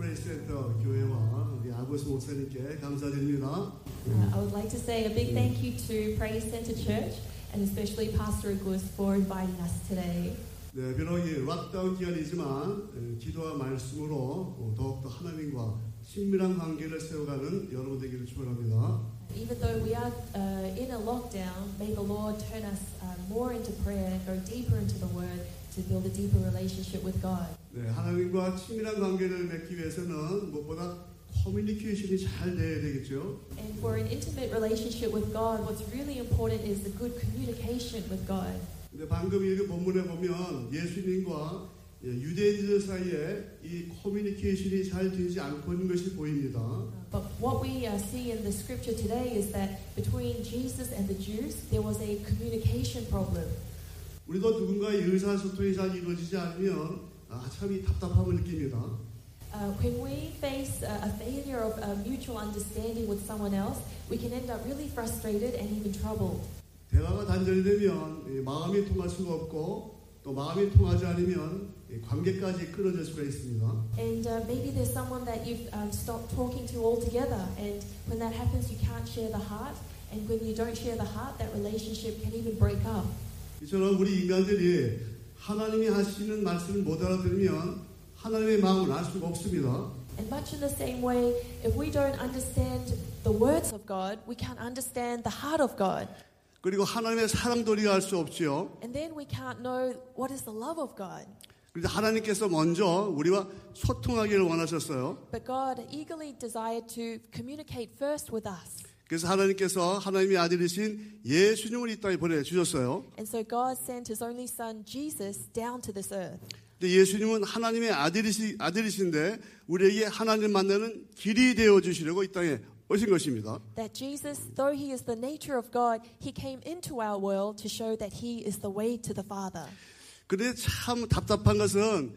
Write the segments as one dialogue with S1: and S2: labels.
S1: 예, 센터 교회와 우리 아버지 목사님께 감사드립니다.
S2: Uh, I would like to say a big thank you to Praise Center Church and especially Pastor Agus for inviting us today.
S1: 네, 비록 이 락다운 기간이지만 에, 기도와 말씀으로 어, 더욱더 하나님과 친밀한 관계를 세워가는 여러분 되기를 축원합니다.
S2: Even though we are uh, in a lockdown, may the Lord turn us uh, more into prayer, go deeper into the Word to build a deeper relationship with God.
S1: 네, 하나님과 친밀한 관계를 맺기 위해서는 무엇보다 커뮤니케이션이 잘 돼야 되겠죠.
S2: And for an intimate relationship with God, what's really important is the good communication with God.
S1: 근데 방금 읽은 본문에 보면 예수님과 예, 유대인들 사이에 이 커뮤니케이션이 잘 되지 않고 있는 것이 보입니다.
S2: But what we uh, see in the scripture today is that between Jesus and the Jews, there was a communication problem.
S1: 우리도 누군가의 의사소통이 잘 이루어지지 않으면 아, 참 이 답답함을 느낍니다.
S2: Uh, when we face uh, a failure of uh, mutual understanding with someone else, we can end up really frustrated and even troubled.
S1: 대화가 단절되면 이 마음이 통할 수가 없고 또 마음이 통하지 않으면 이 관계까지 끊어질 수가 있습니다.
S2: And uh, maybe there's someone that you've um, stopped talking to altogether, and when that happens, you can't share the heart. And when you don't share the heart, that relationship can even break up.
S1: 이처럼 우리 인간들이 하나님이 하시는 말씀을 못 알아들으면 하나님의 마음을 알 수가 없습니다.
S2: And much in the same way, if we don't understand the words of God, we can't understand the heart of God.
S1: 그리고 하나님의 사랑도 우리가 알 수 없지요.
S2: And then we can't know what is the love of God.
S1: 그런데 하나님께서 먼저 우리와 소통하기를 원하셨어요.
S2: But God eagerly desired to communicate first with us.
S1: 그래서 하나님께서 하나님의 아들이신 예수님을 이 땅에 보내주셨어요.
S2: And so God sent his only son, Jesus, down to this earth.
S1: 근데 예수님은 하나님의 아들이시, 아들이신데 우리에게 하나님 만나는 길이 되어 주시려고 이 땅에 오신 것입니다.
S2: That Jesus, though he is the nature of God, he came into our world to show that he is the way to the Father.
S1: 그런데 참 답답한 것은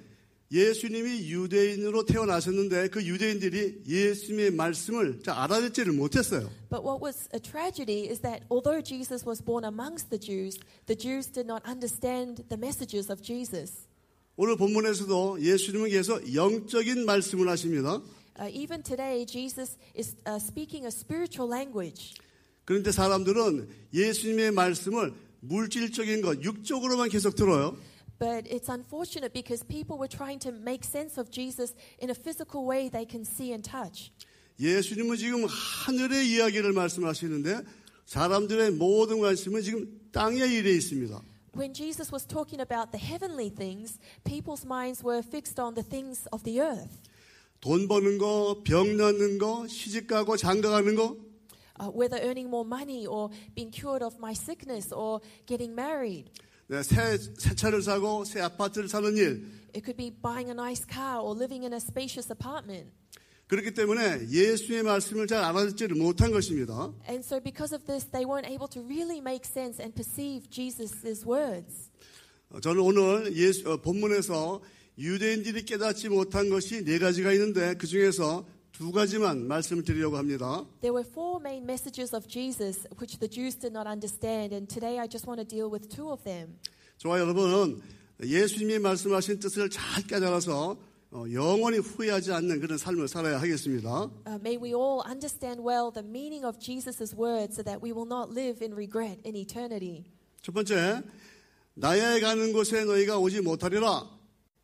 S1: 예수님이 유대인으로 태어나셨는데 그 유대인들이 예수님의 말씀을 잘 알아듣지를 못했어요.
S2: But what was a tragedy is that although Jesus was born amongst the Jews, the Jews did not understand the messages of Jesus.
S1: 오늘 본문에서도 예수님께서 영적인 말씀을 하십니다.
S2: Uh, even today, Jesus is uh, speaking a spiritual language.
S1: 그런데 사람들은 예수님의 말씀을 물질적인 것, 육적으로만 계속 들어요.
S2: But it's unfortunate because people were trying to make sense of Jesus in a physical way they can see and touch.
S1: 예수님은 지금 하늘의 이야기를 말씀하시는데 사람들의 모든 관심은 지금 땅의 일에 있습니다.
S2: When Jesus was talking about the heavenly things, people's minds were fixed on the things of the earth,
S1: 돈 버는 거, 병 낫는 거, 시집 가고 장가 가는 거.
S2: uh, whether earning more money or being cured of my sickness or getting married.
S1: 네, 새, 새 차를 사고 새 아파트를 사는 일.
S2: It could be buying a nice car or living in a spacious apartment.
S1: 그렇기 때문에 예수의 말씀을 잘 알아듣지를 못한 것입니다.
S2: And so, because of this, they weren't able to really make sense and perceive Jesus' words.
S1: 어, 저는 오늘 예수- 어, 본문에서 유대인들이 깨닫지 못한 것이 네 가지가 있는데 그 중에서 두 가지만 말씀을 드리려고 합니다.
S2: There were four main messages of Jesus which the Jews did not understand, and today I just want to deal with two of them.
S1: 저와 여러분은 예수님이 말씀하신 뜻을 잘 깨달아서 어, 영원히 후회하지 않는 그런 삶을 살아야 하겠습니다.
S2: Uh, may we all understand well the meaning of Jesus' words so that we will not live in regret in eternity.
S1: 첫 번째, 나의 가는 곳에 너희가 오지 못하리라.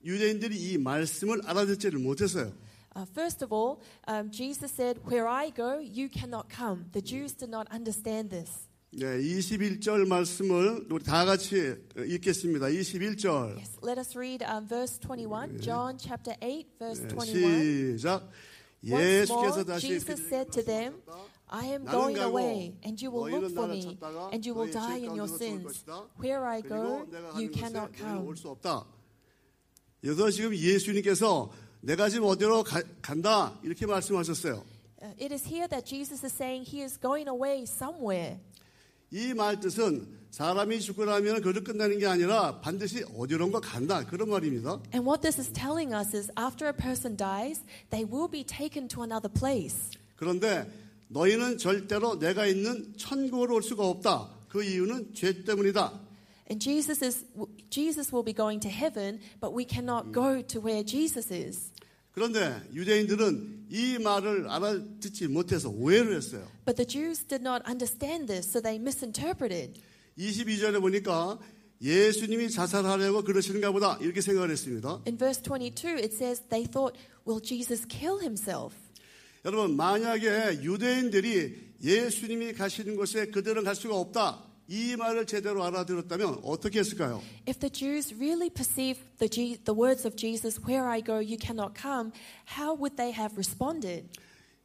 S1: 유대인들이 이 말씀을 알아듣지를 못했어요.
S2: Uh, first of all, um, Jesus said, Where I go, you cannot come. The Jews did not understand this.
S1: 네, 21절 말씀을 우리 다 같이 읽겠습니다. 21절.
S2: Yes, let us read um, verse 21, John chapter 8, verse
S1: 네,
S2: 21.
S1: 시작.
S2: Once
S1: 예수께서
S2: more,
S1: 다시
S2: Jesus said to them, I am
S1: 나는
S2: going
S1: 가고
S2: away, and you will look
S1: 너희는
S2: for
S1: 나를
S2: me,
S1: 찾다가
S2: and you will
S1: 너희의
S2: die
S1: 죄
S2: in your
S1: 가운데서 죽을
S2: sins.
S1: 것이다.
S2: Where I
S1: 그리고
S2: go,
S1: 내가 하는
S2: you
S1: 곳에
S2: cannot
S1: 너희는
S2: come.
S1: 올수 없다. 여기서 지금 예수님께서 내가 지금 어디로 가- 간다 이렇게 말씀하셨어요.
S2: Uh, It is here that Jesus is saying he is going away somewhere.
S1: 이 말 뜻은 사람이 죽고 나면 그를 끝나는 게 아니라 반드시 어디론가 간다 그런 말입니다.
S2: And what this is telling us is after a person dies, they will be taken to another place.
S1: 그런데 너희는 절대로 내가 있는 천국으로 올 수가 없다. 그 이유는 죄 때문이다.
S2: And Jesus is Jesus will be going to heaven, but we cannot go to where Jesus is.
S1: 그런데 유대인들은 이 말을 알아듣지 못해서 오해를 했어요.
S2: But the Jews did not understand this, so they misinterpreted.
S1: 22절에 보니까 예수님이 자살하려고 그러시는가 보다 이렇게 생각을 했습니다.
S2: In verse 22, it says they thought, Will Jesus kill himself?
S1: 여러분 만약에 유대인들이 예수님이 가시는 곳에 그들은 갈 수가 없다 이 말을 제대로 알아들었다면 어떻게 했을까요?
S2: If the Jews really perceived the, Je- the words of Jesus, Where I go, you cannot come, how would they have responded?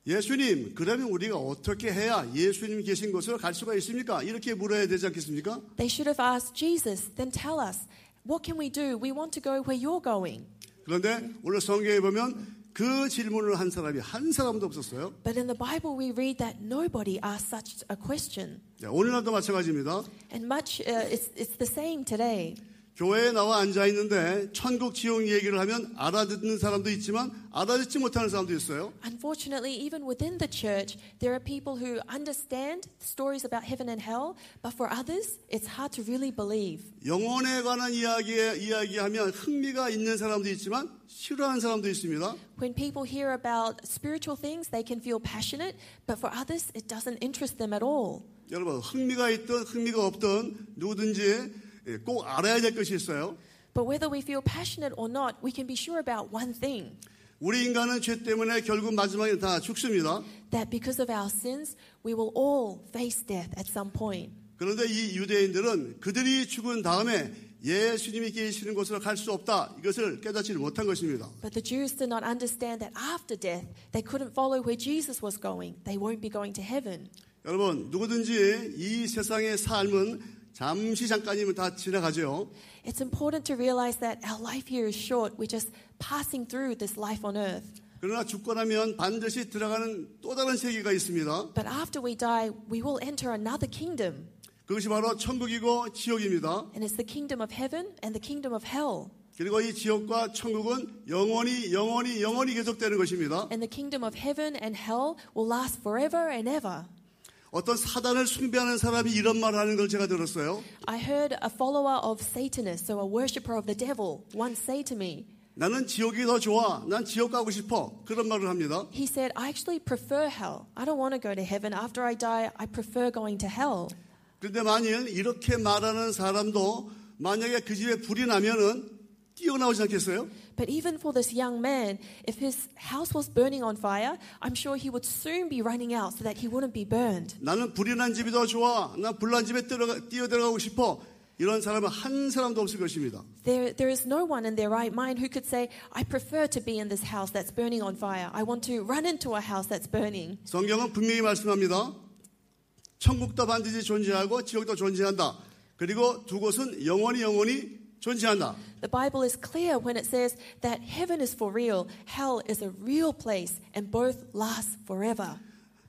S1: 예수님 그러면 우리가 어떻게 해야 예수님 계신 곳으로 갈 수가 있습니까? 이렇게 물어야 되지 않겠습니까?
S2: They should have asked Jesus, Then tell us, what can we do? We want to go where you're going.
S1: 그런데 오늘 성경에 보면 그 질문을 한 사람이 한 사람도 없었어요.
S2: But in the Bible, we read that nobody asked such a question.
S1: 네, 오늘날도 마찬가지입니다.
S2: And much, uh, it's, it's the same today.
S1: 교회에 나와 앉아 있는데 천국 지옥 얘기를 하면 알아듣는 사람도 있지만 알아듣지 못하는 사람도 있어요.
S2: Unfortunately, even within the church, there are people who understand stories about heaven and hell, but for others, it's hard to really believe.
S1: 영혼에 관한 이야기에 이야기하면 흥미가 있는 사람도 있지만 싫어하는 사람도 있습니다.
S2: When people hear about spiritual things, they can feel passionate, but for others, it doesn't interest them at all.
S1: 여러분 흥미가 있든 흥미가 없든 누구든지 예, 꼭 알아야 될 것이 있어요.
S2: But whether we feel passionate or not, we can be sure about one thing
S1: 우리 인간은 죄 때문에 결국 마지막에 다 죽습니다.
S2: that because of our sins, we will all face death at some point.
S1: 그런데 이 유대인들은 그들이 죽은 다음에 예수님이 계시는 곳으로 갈 수 없다. 이것을 깨닫지를 못한 것입니다.
S2: But the Jews did not understand that after death, they couldn't follow where Jesus was going. They won't be going to heaven.
S1: 여러분 누구든지 이 세상의 삶은 잠시 잠깐이면 다 지나가죠.
S2: It's important to realize that our life here is short. We're just passing through this life on earth.
S1: 그러나 죽고 나면 반드시 들어가는 또 다른 세계가 있습니다.
S2: But after we die, we will enter another kingdom.
S1: 그것이 바로 천국이고 지옥입니다.
S2: And it's the kingdom of heaven and the kingdom of hell.
S1: 그리고 이 지옥과 천국은 영원히 영원히 영원히 계속되는 것입니다.
S2: And the kingdom of heaven and hell will last forever and ever.
S1: 어떤 사단을 숭배하는 사람이 이런 말을 하는 걸 제가 들었어요.
S2: I heard a follower of Satanist, so a worshipper of the devil, once say to me,
S1: 나는 지옥이 더 좋아. 난 지옥 가고 싶어. 그런 말을 합니다.
S2: He said, I actually prefer hell. I don't want to go to heaven. After I die, I prefer going to hell.
S1: 그런데 만일 이렇게 말하는 사람도 만약에 그 집에 불이 나면은 뛰어나오지 않겠어요?
S2: But even for this young man, if his house was burning on fire, I'm sure he would soon be running out so that he wouldn't be burned.
S1: 나는 불이 난 집이 더 좋아. 난 불난 집에 뛰어들어가- 뛰어들어가고 싶어. 이런 사람은 한 사람도 없을 것입니다.
S2: There, there is no one in their right mind who could say, I prefer to be in this house that's burning on fire. I want to run into a house that's burning.
S1: 성경은 분명히 말씀합니다. 천국도 반드시 존재하고 지옥도 존재한다. 그리고 두 곳은 영원히 영원히 존재한다.
S2: The Bible is clear when it says that heaven is for real, hell is a real place, and both last forever.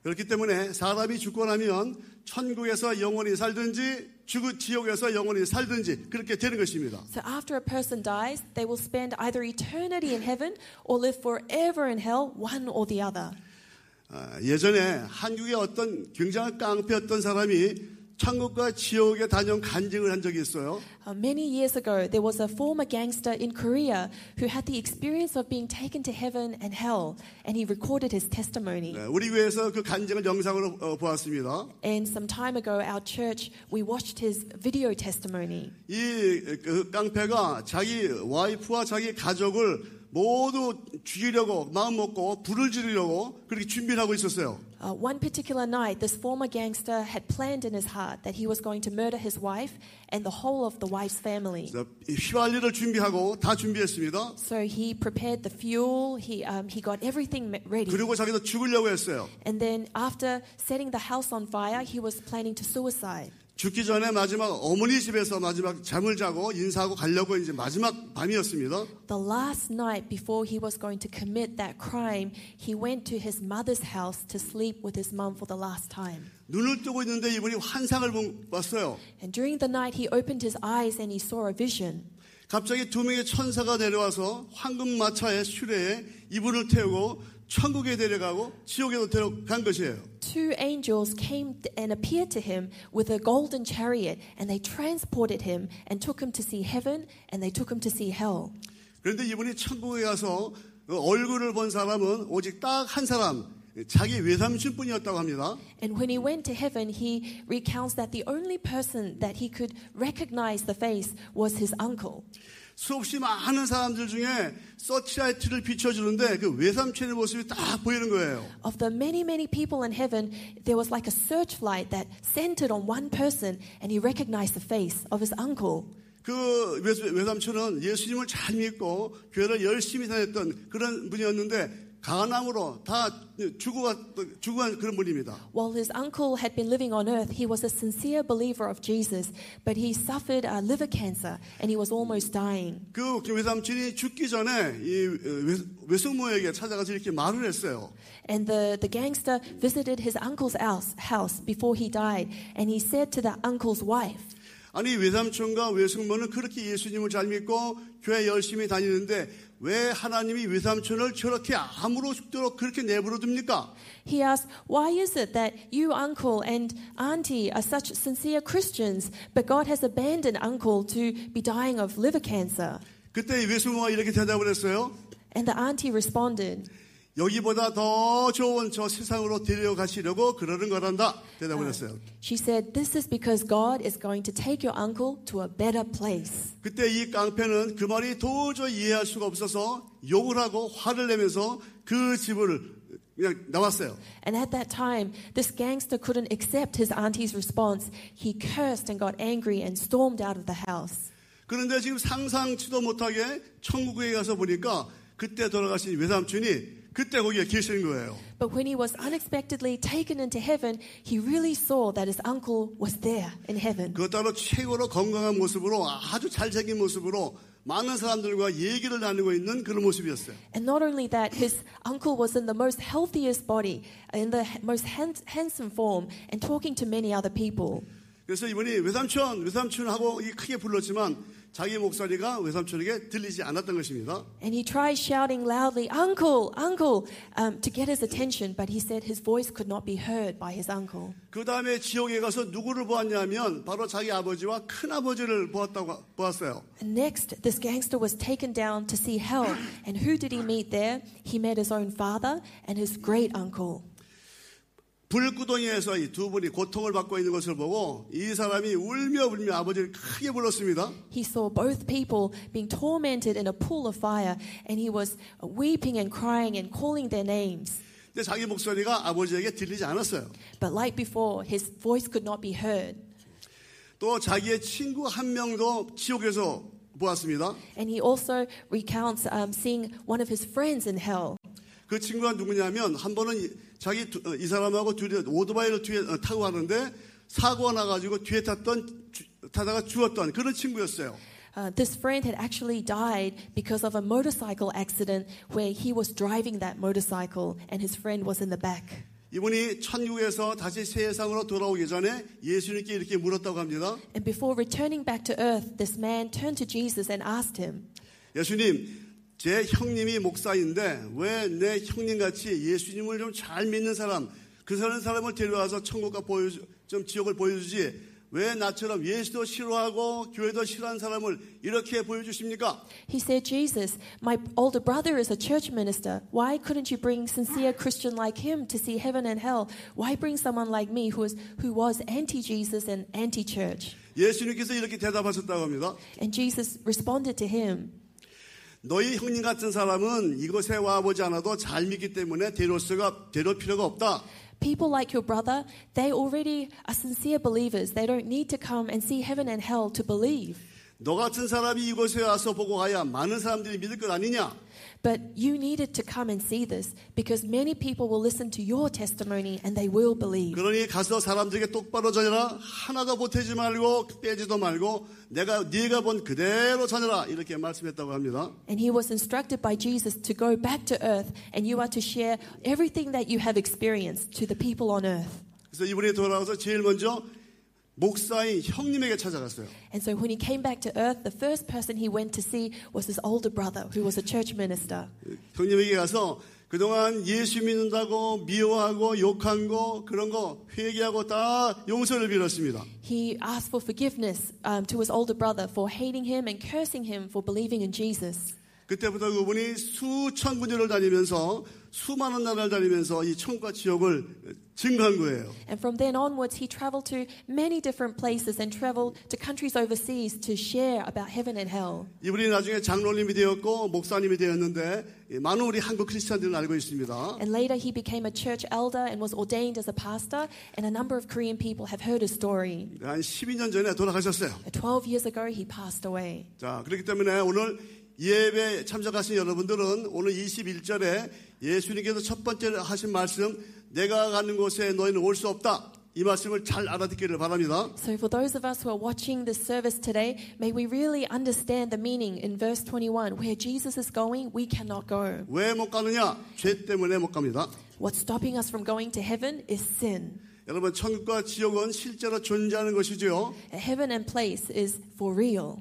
S1: 그렇기 때문에 사람이 죽고 나면 천국에서 영원히 살든지 죽은 지옥에서 영원히 살든지 그렇게 되는 것입니다.
S2: So after a person dies, they will spend either eternity in heaven or live forever in hell, one or the other.
S1: 아, 예전에 한국의 어떤 굉장한 깡패였던 사람이 천국과 지옥에 다녀온 간증을 한 적이 있어요.
S2: Uh, many years ago, there was a former gangster in Korea who had the experience of being taken to heaven and hell, and he recorded his testimony.
S1: 네, 우리 교회에서 그 간증을 영상으로 어, 보았습니다.
S2: And some time ago, our church, we watched his video testimony.
S1: 이 그 깡패가 자기 와이프와 자기 가족을 모두 죽이려고 마음 먹고 불을 지르려고 그렇게 준비를 하고 있었어요.
S2: Uh, one particular night, this former gangster had planned in his heart that he was going to murder his wife and the whole of the wife's family.
S1: 그래서 이 휘발유를 준비하고 다 준비했습니다.
S2: So he prepared the fuel, he, um, he got everything ma- ready.
S1: 그리고 자기도 죽으려고 했어요.
S2: And then, after setting the house on fire, he was planning to suicide.
S1: 죽기 전에 마지막 어머니 집에서 마지막 잠을 자고 인사하고 가려고 이제 마지막 밤이었습니다.
S2: The last night before he was going to commit that crime, he went to his mother's house to sleep with his mum for the last time.
S1: 눈을 뜨고 있는데 이분이 환상을 본- 봤어요.
S2: And during the night, he opened his eyes and he saw a vision.
S1: 갑자기 두 명의 천사가 내려와서 황금 마차의 수레에 이분을 태우고 천국에 데려가고 지옥에도 데려간 것이에요.
S2: Two angels came and appeared to him with a golden chariot, and they transported him and took him to see heaven and they took him to see hell.
S1: 그런데 이분이 천국에 가서 그 얼굴을 본 사람은 오직 딱 한 사람, 자기 외삼촌뿐이었다고 합니다.
S2: And when he went to heaven, he recounts that the only person that he could recognize the face was his uncle.
S1: 수없이 많은 사람들 중에 서치라이트를 비춰주는데 그 외삼촌의 모습이 딱 보이는 거예요.
S2: Of the many, many people in heaven, there was like a searchlight that centered on one person, and he recognized the face of his uncle.
S1: 그 외- 외삼촌은 예수님을 잘 믿고 교회를 열심히 다녔던 그런 분이었는데 가난함으로 다 죽어갔, 죽어간 그런 분입니다.
S2: While his uncle had been living on earth, he was a sincere believer of Jesus, but he suffered uh, liver cancer and he was almost dying.
S1: 그 외삼촌이 죽기 전에 이 외- 외숙모에게 찾아가서 이렇게 말을 했어요.
S2: And the, the gangster visited his uncle's house, house before he died, and he said to the uncle's wife,
S1: 아니 외삼촌과 외숙모는 그렇게 예수님을 잘 믿고 교회 열심히 다니는데 왜 하나님이 외삼촌을 저렇게 암으로 죽도록 그렇게 내버려 둡니까?
S2: He asked, Why is it that you, uncle and auntie, are such sincere Christians, but God has abandoned uncle to be dying of liver cancer?
S1: 그때 이 외숙모가 이렇게 대답을 했어요.
S2: And the auntie responded,
S1: 여기보다 더 좋은 저 세상으로 데려가시려고 그러는 거란다.
S2: 아.
S1: 대답을 했어요.
S2: She said, This is because God is going to take your uncle to a better place.
S1: 그때 이 깡패는 그 말이 도저히 이해할 수가 없어서 욕을 하고 화를 내면서 그 집을 그냥 나왔어요.
S2: And at that time, this gangster couldn't accept his auntie's response. He cursed and got angry and stormed out of the house.
S1: 그런데 지금 상상치도 못하게 천국에 가서 보니까 그때 돌아가신 외삼촌이 그때 거기에 계시는 거예요.
S2: But when he was unexpectedly taken into heaven, he really saw that his uncle was there in heaven.
S1: 그것따로 최고로 건강한 모습으로 아주 잘생긴 모습으로 많은 사람들과 얘기를 나누고 있는 그런 모습이었어요.
S2: And not only that, his uncle was in the most healthiest body, in the h- most han- handsome form, and talking to many other people.
S1: 그래서 이분이 외삼촌, 외삼촌하고 이 크게 불렀지만 자기 목소리가 외삼촌에게 들리지 않았던 것입니다.
S2: And he tried shouting loudly, Uncle, Uncle, um, to get his attention, but he said his voice could not be heard by his uncle.
S1: 그 다음에 지옥에 가서 누구를 보았냐면 바로 자기 아버지와 큰아버지를 보았다고 보았어요.
S2: And next, this gangster was taken down to see hell. And who did he meet there? He met his own father and his great uncle.
S1: 불구덩이에서 이 두 분이 고통을 받고 있는 것을 보고 이 사람이 울며 울며 아버지를 크게 불렀습니다.
S2: He saw both people being tormented in a pool of fire, and he was weeping and crying and calling their names.
S1: 근데 자기 목소리가 아버지에게 들리지 않았어요.
S2: But like before, his voice could not be heard.
S1: 또 자기의 친구 한 명도 지옥에서 보았습니다.
S2: And he also recounts um, seeing one of his friends in hell.
S1: 그 친구가 누구냐면 한 번은 이- 자기 두- 어, 이 사람하고 둘이 오토바이를 뒤에 어, 타고 가는데 사고가 나가지고 뒤에 탔던 주- 타다가 죽었던 그런 친구였어요.
S2: Uh, this friend had actually died because of a motorcycle accident where he was driving that motorcycle and his friend was in the back.
S1: 이분이 천국에서 다시 세상으로 돌아오기 전에 예수님께 이렇게 물었다고 합니다.
S2: And before returning back to earth, this man turned to Jesus and asked him,
S1: 예수님, 제 형님이 목사인데 왜 내 형님같이 예수님을 좀 잘 믿는 사람, 그 사람 사람을 데려와서 천국과 보여주, 좀 지옥을 보여주지 왜 나처럼 예수도 싫어하고 교회도 싫어하는 사람을 이렇게 보여주십니까?
S2: He said, Jesus, my older brother is a church minister. Why couldn't you bring sincere Christian like him to see heaven and hell? Why bring someone like me who, is, who was anti Jesus and anti church?
S1: 예수님께서 이렇게 대답하셨다고 합니다.
S2: And Jesus responded to him,
S1: 너희 형님 같은 사람은 이곳에 와보지 않아도 잘 믿기 때문에 데려올 수가, 데려올 필요가 없다.
S2: People like your brother, they already are sincere believers. They don't need to come and see heaven and hell to believe.
S1: 너 같은 사람이 이곳에 와서 보고 가야 많은 사람들이 믿을 것 아니냐?
S2: But you needed to come and see this because many people will listen to your testimony and they will believe.
S1: 그러니 가서 사람들에게 똑바로 전해라. 하나도 보태지 말고 빼지도 말고 내가 네가 본 그대로 전해라. 이렇게 말씀했다고 합니다.
S2: And he was instructed by Jesus to go back to earth and you are to share everything that you have experienced to the people on earth.
S1: 그래서 이분이 돌아와서 제일 먼저 목사인 형님에게 찾아갔어요.
S2: And so when he came back to earth, the first person he went to see was his older brother who was a church minister.
S1: 형님에게 가서 그동안 예수 믿는다고 미워하고 욕한 거 그런 거 회개하고 다 용서를 빌었습니다.
S2: He asked for forgiveness um, to his older brother for hating him and cursing him for believing in Jesus.
S1: 그때부터 그분이 수천 군데를 다니면서 수많은 나라를 다니면서 이 천과 지역을 증거한 거예요.
S2: And from then onwards, he traveled to many different places and traveled to countries overseas to share about heaven and hell.
S1: 이분이 나중에 장로님이 되었고 목사님이 되었는데 예, 많은 우리 한국 크리스천들은 알고 있습니다.
S2: And later, he became a church elder and was ordained as a pastor. And a number of Korean people have heard his story.
S1: 한 12년 전에 돌아가셨어요.
S2: 12 years ago, he passed away.
S1: 자, 그렇기 때문에 오늘 예배 참석하신 여러분들은 오늘 21절에 예수님께서 첫 번째 하신 말씀, 내가 가는 곳에 너희는 올 수 없다. 이 말씀을 잘 알아듣기를 바랍니다.
S2: So, for those of us who are watching this service today, may we really understand the meaning in verse 21 where Jesus is going, we cannot go.
S1: 왜 못 가느냐? 죄 때문에 못 갑니다.
S2: What's stopping us from going to heaven is sin.
S1: 여러분, 천국과 지옥은 실제로 존재하는 것이지요.
S2: Heaven and place is for real.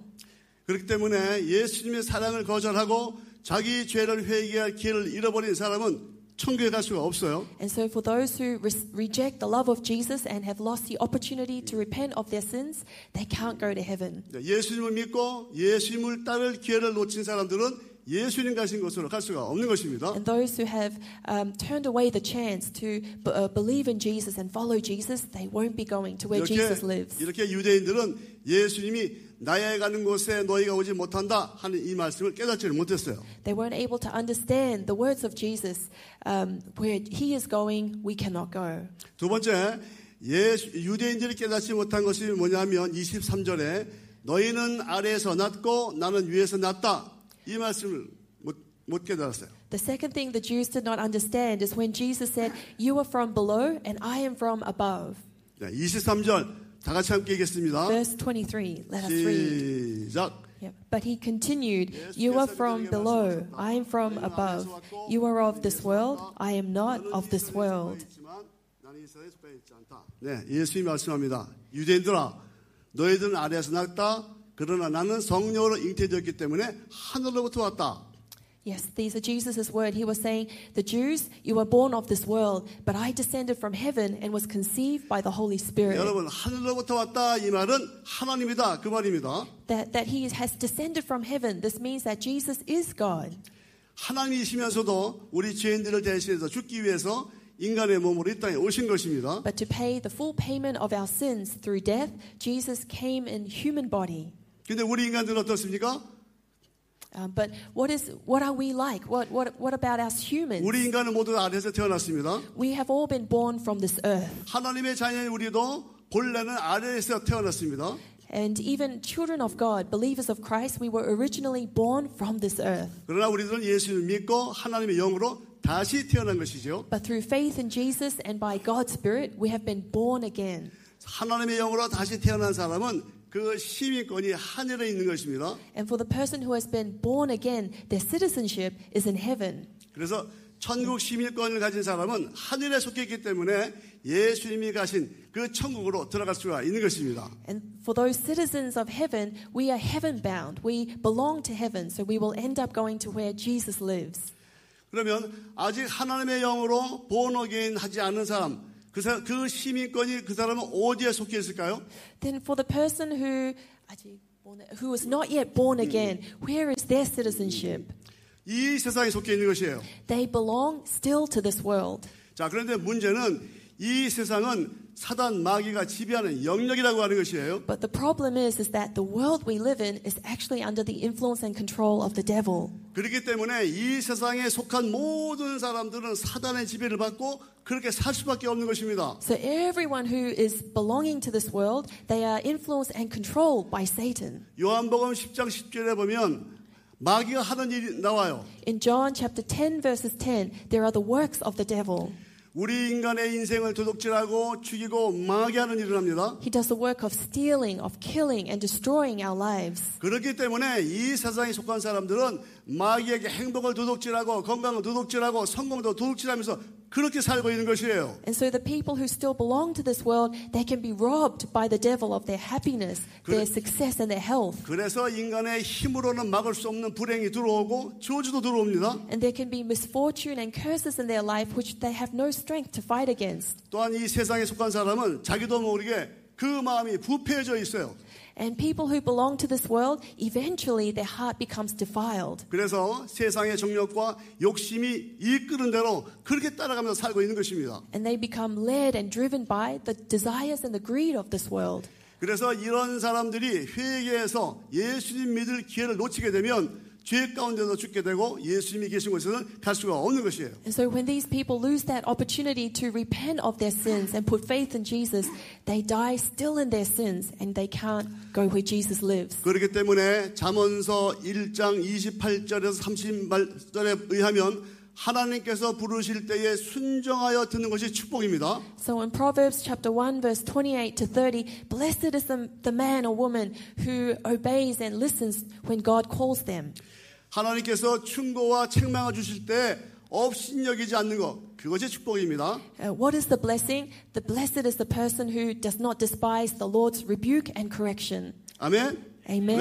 S1: 그렇기 때문에 예수님의 사랑을 거절하고 자기 죄를 회개할 기회를 잃어버린 사람은 천국에 갈 수가 없어요.
S2: And so, for those who re- reject the love of Jesus and have lost the opportunity to repent of their sins, they can't go to heaven.
S1: 네, 예수님을 믿고 예수님을 따를 기회를 놓친 사람들은 예수님 가신 곳으로 갈 수가 없는 것입니다.
S2: And those who have um, turned away the chance to b- uh, believe in Jesus and follow Jesus, they won't be going to where
S1: 이렇게,
S2: Jesus lives.
S1: 이렇게 유대인들은 예수님이 나의 가는 곳에 너희가 오지 못한다 하는 이 말씀을 깨닫지를 못했어요.
S2: They weren't able to understand the words of Jesus. Um, where he is going, we cannot go.
S1: 두 번째, 예수- 유대인들이 깨닫지 못한 것이 뭐냐면 23절에 너희는 아래에서 낮고 나는 위에서 낮다. 이 말씀을 못, 못 깨달았어요.
S2: The second thing the Jews did not understand is when Jesus said, You are from below and I am from above.
S1: 네, 23절 다 같이 함께 읽겠습니다.
S2: Verse 23, let us read.
S1: 시작.
S2: Yep. But he continued, You are from below, I am from above. You are of this world, I am not of this world.
S1: 네, 예수님 말씀합니다. 유대인들아, 너희들은 아래에서 났다. 그러나 나는 성령으로 잉태되었기 때문에 하늘로부터 왔다.
S2: Yes, these are Jesus' word. He was saying, The Jews, you were born of this world, but I descended from heaven and was conceived by the Holy Spirit.
S1: 여러분, 하늘로부터 왔다. 이 말은 하나님이다. 그 말입니다.
S2: That, that he has descended from heaven, this means that Jesus is God.
S1: 하나님이시면서도 우리 죄인들을 대신해서 죽기 위해서 인간의 몸으로 이 땅에 오신 것입니다.
S2: But to pay the full payment of our sins through death, Jesus came in human body.
S1: 근데 우리 인간들은 어떻습니까?
S2: Um, but what is what are we like? What what what about us humans?
S1: 우리 인간은 모두 아래에서 태어났습니다.
S2: We have all been born from this earth,
S1: 하나님의 자녀인 우리도 본래는 아래에서 태어났습니다.
S2: and even children of God, believers of Christ, we were originally born from this earth.
S1: 그러나 우리들은 예수를 믿고 하나님의 영으로 다시 태어난 것이죠.
S2: But through faith in Jesus and by God's Spirit, we have been born again.
S1: 하나님의 영으로 다시 태어난 사람은 그 시민권이 하늘에 있는 것입니다.
S2: And for the person who has been born again, their citizenship is in heaven.
S1: 그래서 천국 시민권을 가진 사람은 하늘에 속해 있기 때문에 예수님이 가신 그 천국으로 들어갈 수가 있는 것입니다.
S2: And for those citizens of heaven, we are heaven bound. We belong to heaven, so we will end up going to where Jesus lives.
S1: 그러면 아직 하나님의 영으로 보너게인 하지 않은 사람, 그, 사, 그 시민권이 그 사람은 어디에 속해 있을까요?
S2: Then for the person who who is not yet born again, where is their citizenship?
S1: 이 세상에 속해 있는 것이에요.
S2: They belong still to this world.
S1: 자, 그런데 문제는 이 세상은 사단 마귀가 지배하는 영역이라고 하는 것이에요.
S2: But the problem is is that the world we live in is actually under the influence and control of the devil.
S1: 그렇기 때문에 이 세상에 속한 모든 사람들은 사단의 지배를 받고 그렇게 살 수밖에 없는 것입니다.
S2: So everyone who is belonging to this world, they are influenced and controlled by Satan.
S1: 요한복음 10장 10절에 보면 마귀가 하는 일이 나와요.
S2: In John chapter 10 verses 10, there are the works of the devil.
S1: 우리 인간의 인생을 도둑질하고 죽이고 망하게 하는 일을 합니다.
S2: He does the work of stealing, of killing and destroying our lives.
S1: 그렇기 때문에 이 세상에 속한 사람들은 마귀에게 행복을 도둑질하고 건강을 도둑질하고 성공도 도둑질하면서 그렇게 살고 있는 것이에요.
S2: And so the people who still belong to this world, they can be robbed by the devil of their happiness, their success and their health.
S1: 그래서 인간의 힘으로는 막을 수 없는 불행이 들어오고 저주도 들어옵니다.
S2: And there can be misfortune and curses in their life which they have no strength to fight against.
S1: 또한 이 세상에 속한 사람은 자기도 모르게 그 마음이 부패해져 있어요.
S2: And people who belong to this world, eventually their heart becomes defiled.
S1: 그래서 세상의 정력과 욕심이 이끄는 대로 그렇게 따라가면서 살고 있는 것입니다.
S2: And they become led and driven by the desires and the greed of this world.
S1: 그래서 이런 사람들이 회개해서 예수님 믿을 기회를 놓치게 되면 죄 가운데서 죽게 되고 예수님이 계신 곳에는 갈 수가 없는 것이에요.
S2: And so when these people lose that opportunity to repent of their sins and put faith in Jesus, they die still in their sins and they can't go where Jesus lives.
S1: 그렇기 때문에 잠언서 1장 28절에서 30절에 의하면 하나님께서 부르실 때에 순정하여 듣는 것이 축복입니다.
S2: So in Proverbs chapter 1 verse 28 to 30, blessed is the, the man or woman who obeys and listens when God calls them.
S1: 하나님께서 충고와 책망을 주실 때 업신여기지 않는 것 그것이 축복입니다.
S2: Uh, what is the blessing? The blessed is the person who does not despise the Lord's rebuke and correction.
S1: 아멘.
S2: Amen.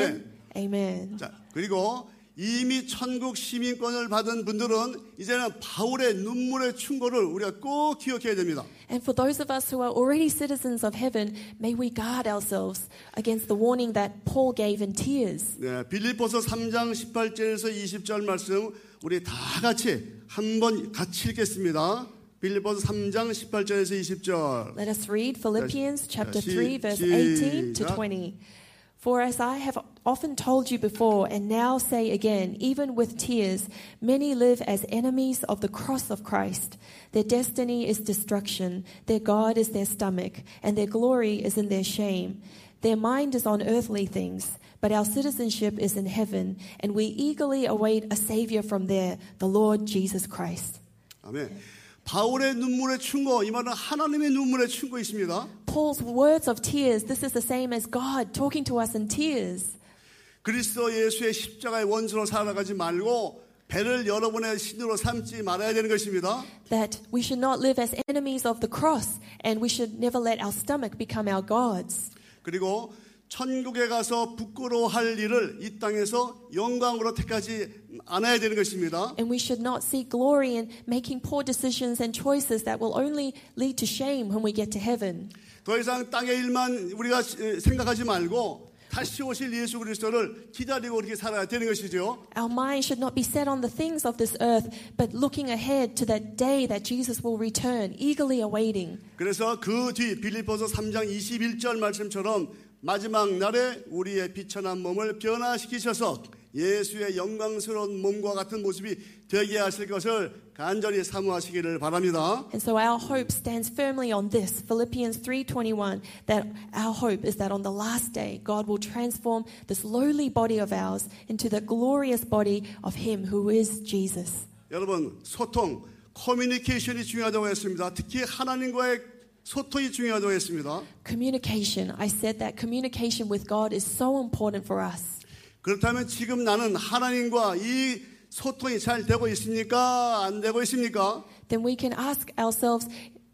S1: 네.
S2: Amen.
S1: 자, 그리고 이미 천국 시민권을 받은 분들은 이제는 바울의 눈물의 충고를 우리가 꼭 기억해야 됩니다.
S2: And for those of us who are already citizens of heaven, may we guard ourselves against the warning that Paul gave in tears.
S1: 네, 빌립보서 3장 18절에서 20절 말씀 우리 다 같이 한번 같이 읽겠습니다. 빌립보서 3장 18절에서 20절.
S2: Let us read Philippians chapter 3 verse
S1: 시작.
S2: 18 to 20. For as I have often told you before and now say again, even with tears, many live as enemies of the cross of Christ. Their destiny is destruction, their God is their stomach, and their glory is in their shame. Their mind is on earthly things, but our citizenship is in heaven, and we eagerly await a Savior from there, the Lord Jesus Christ.
S1: 아멘. 바울의 눈물의 충고, 이 말은 하나님의 눈물의 충고이십니다.
S2: Paul's words of tears, this is the same as God talking to us in tears.
S1: 그리스도 예수의 십자가의 원수로 살아가지 말고 배를 여러분의 신으로 삼지 말아야 되는 것입니다.
S2: that we should not live as enemies of the cross and we should never let our stomach become our gods.
S1: 그리고 천국에 가서 부끄러워할 일을 이 땅에서 영광으로 택하지 않아야 되는 것입니다.
S2: And we should not seek glory in making poor decisions and choices that will only lead to shame when we get to heaven.
S1: 더 이상 땅의 일만 우리가 생각하지 말고 다시 오실 예수 그리스도를 기다리고 이렇게 살아야 되는 것이죠.
S2: Our mind should not be set on the things of this earth, but looking ahead to that day that Jesus will return, eagerly awaiting.
S1: 그래서 그 뒤 빌립보서 3장 21절 말씀처럼 마지막 날에 우리의 비천한 몸을 변화시키셔서 예수의 영광스러운 몸과 같은 모습이 되게 하실 것을 간절히 사모하시기를 바랍니다.
S2: And so our hope stands firmly on this, Philippians 3:21, that our hope is that on the last day God will transform this lowly body of ours into the glorious body of him who is Jesus.
S1: 여러분 소통, 커뮤니케이션이 중요하다고 했습니다. 특히 하나님과의 소통이 중요하다고 했습니다.
S2: Communication. I said that communication with God is so important for us.
S1: 그렇다면 지금 나는 하나님과 이 소통이 잘 되고 있습니까? 안 되고 있습니까?
S2: Then we can ask ourselves,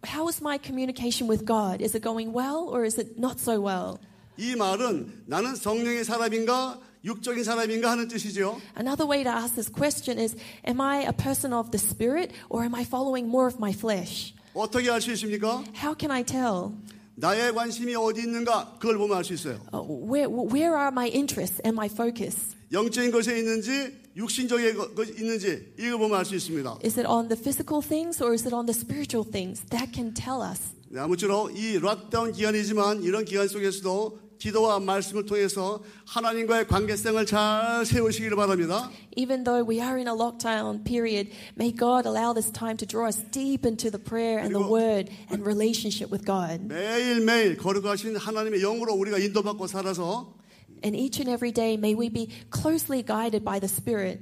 S2: how is my communication with God? Is it going well or is it not so well?
S1: 이 말은 나는 성령의 사람인가 육적인 사람인가 하는 뜻이죠.
S2: Another way to ask this question is, am I a person of the spirit or am I following more of my flesh?
S1: 어떻게 알 수 있습니까?
S2: How can I tell?
S1: 나의 관심이 어디 있는가 그걸 보면 알 수 있어요.
S2: Uh, where, where are my interests and my focus?
S1: 영적인 것에 있는지 육신적인 것- 것이 있는지 이걸 보면 알 수 있습니다.
S2: Is it on the physical things or is it on the spiritual things? That can tell us.
S1: 네, 아무쪼록 이 락다운 기간이지만 이런 기간 속에서도 기도와 말씀을 통해서 하나님과의 관계성을 잘 세우시기를 바랍니다.
S2: Even though we are in a lockdown period, may God allow this time to draw us deep into the prayer and the
S1: 그리고-
S2: word and relationship with God.
S1: 매일매일 거룩하신 하나님의 영으로 우리가 인도받고 살아서
S2: And each and every day, may we be closely guided by the Spirit.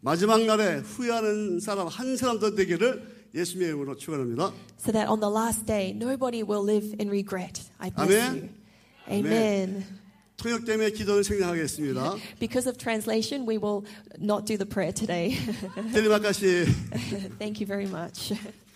S1: 마지막 날에 후회하는 사람 한 사람도 되기를 예수님의 이름으로 축원합니다.
S2: so that on the last day nobody will live in regret. I bless
S1: Amen.
S2: you.
S1: Amen.
S2: Amen.
S1: 통역 때문에 기도는 생략하겠습니다.
S2: Because of translation, we will not do the prayer today.
S1: 텔리마카시
S2: Thank you very much.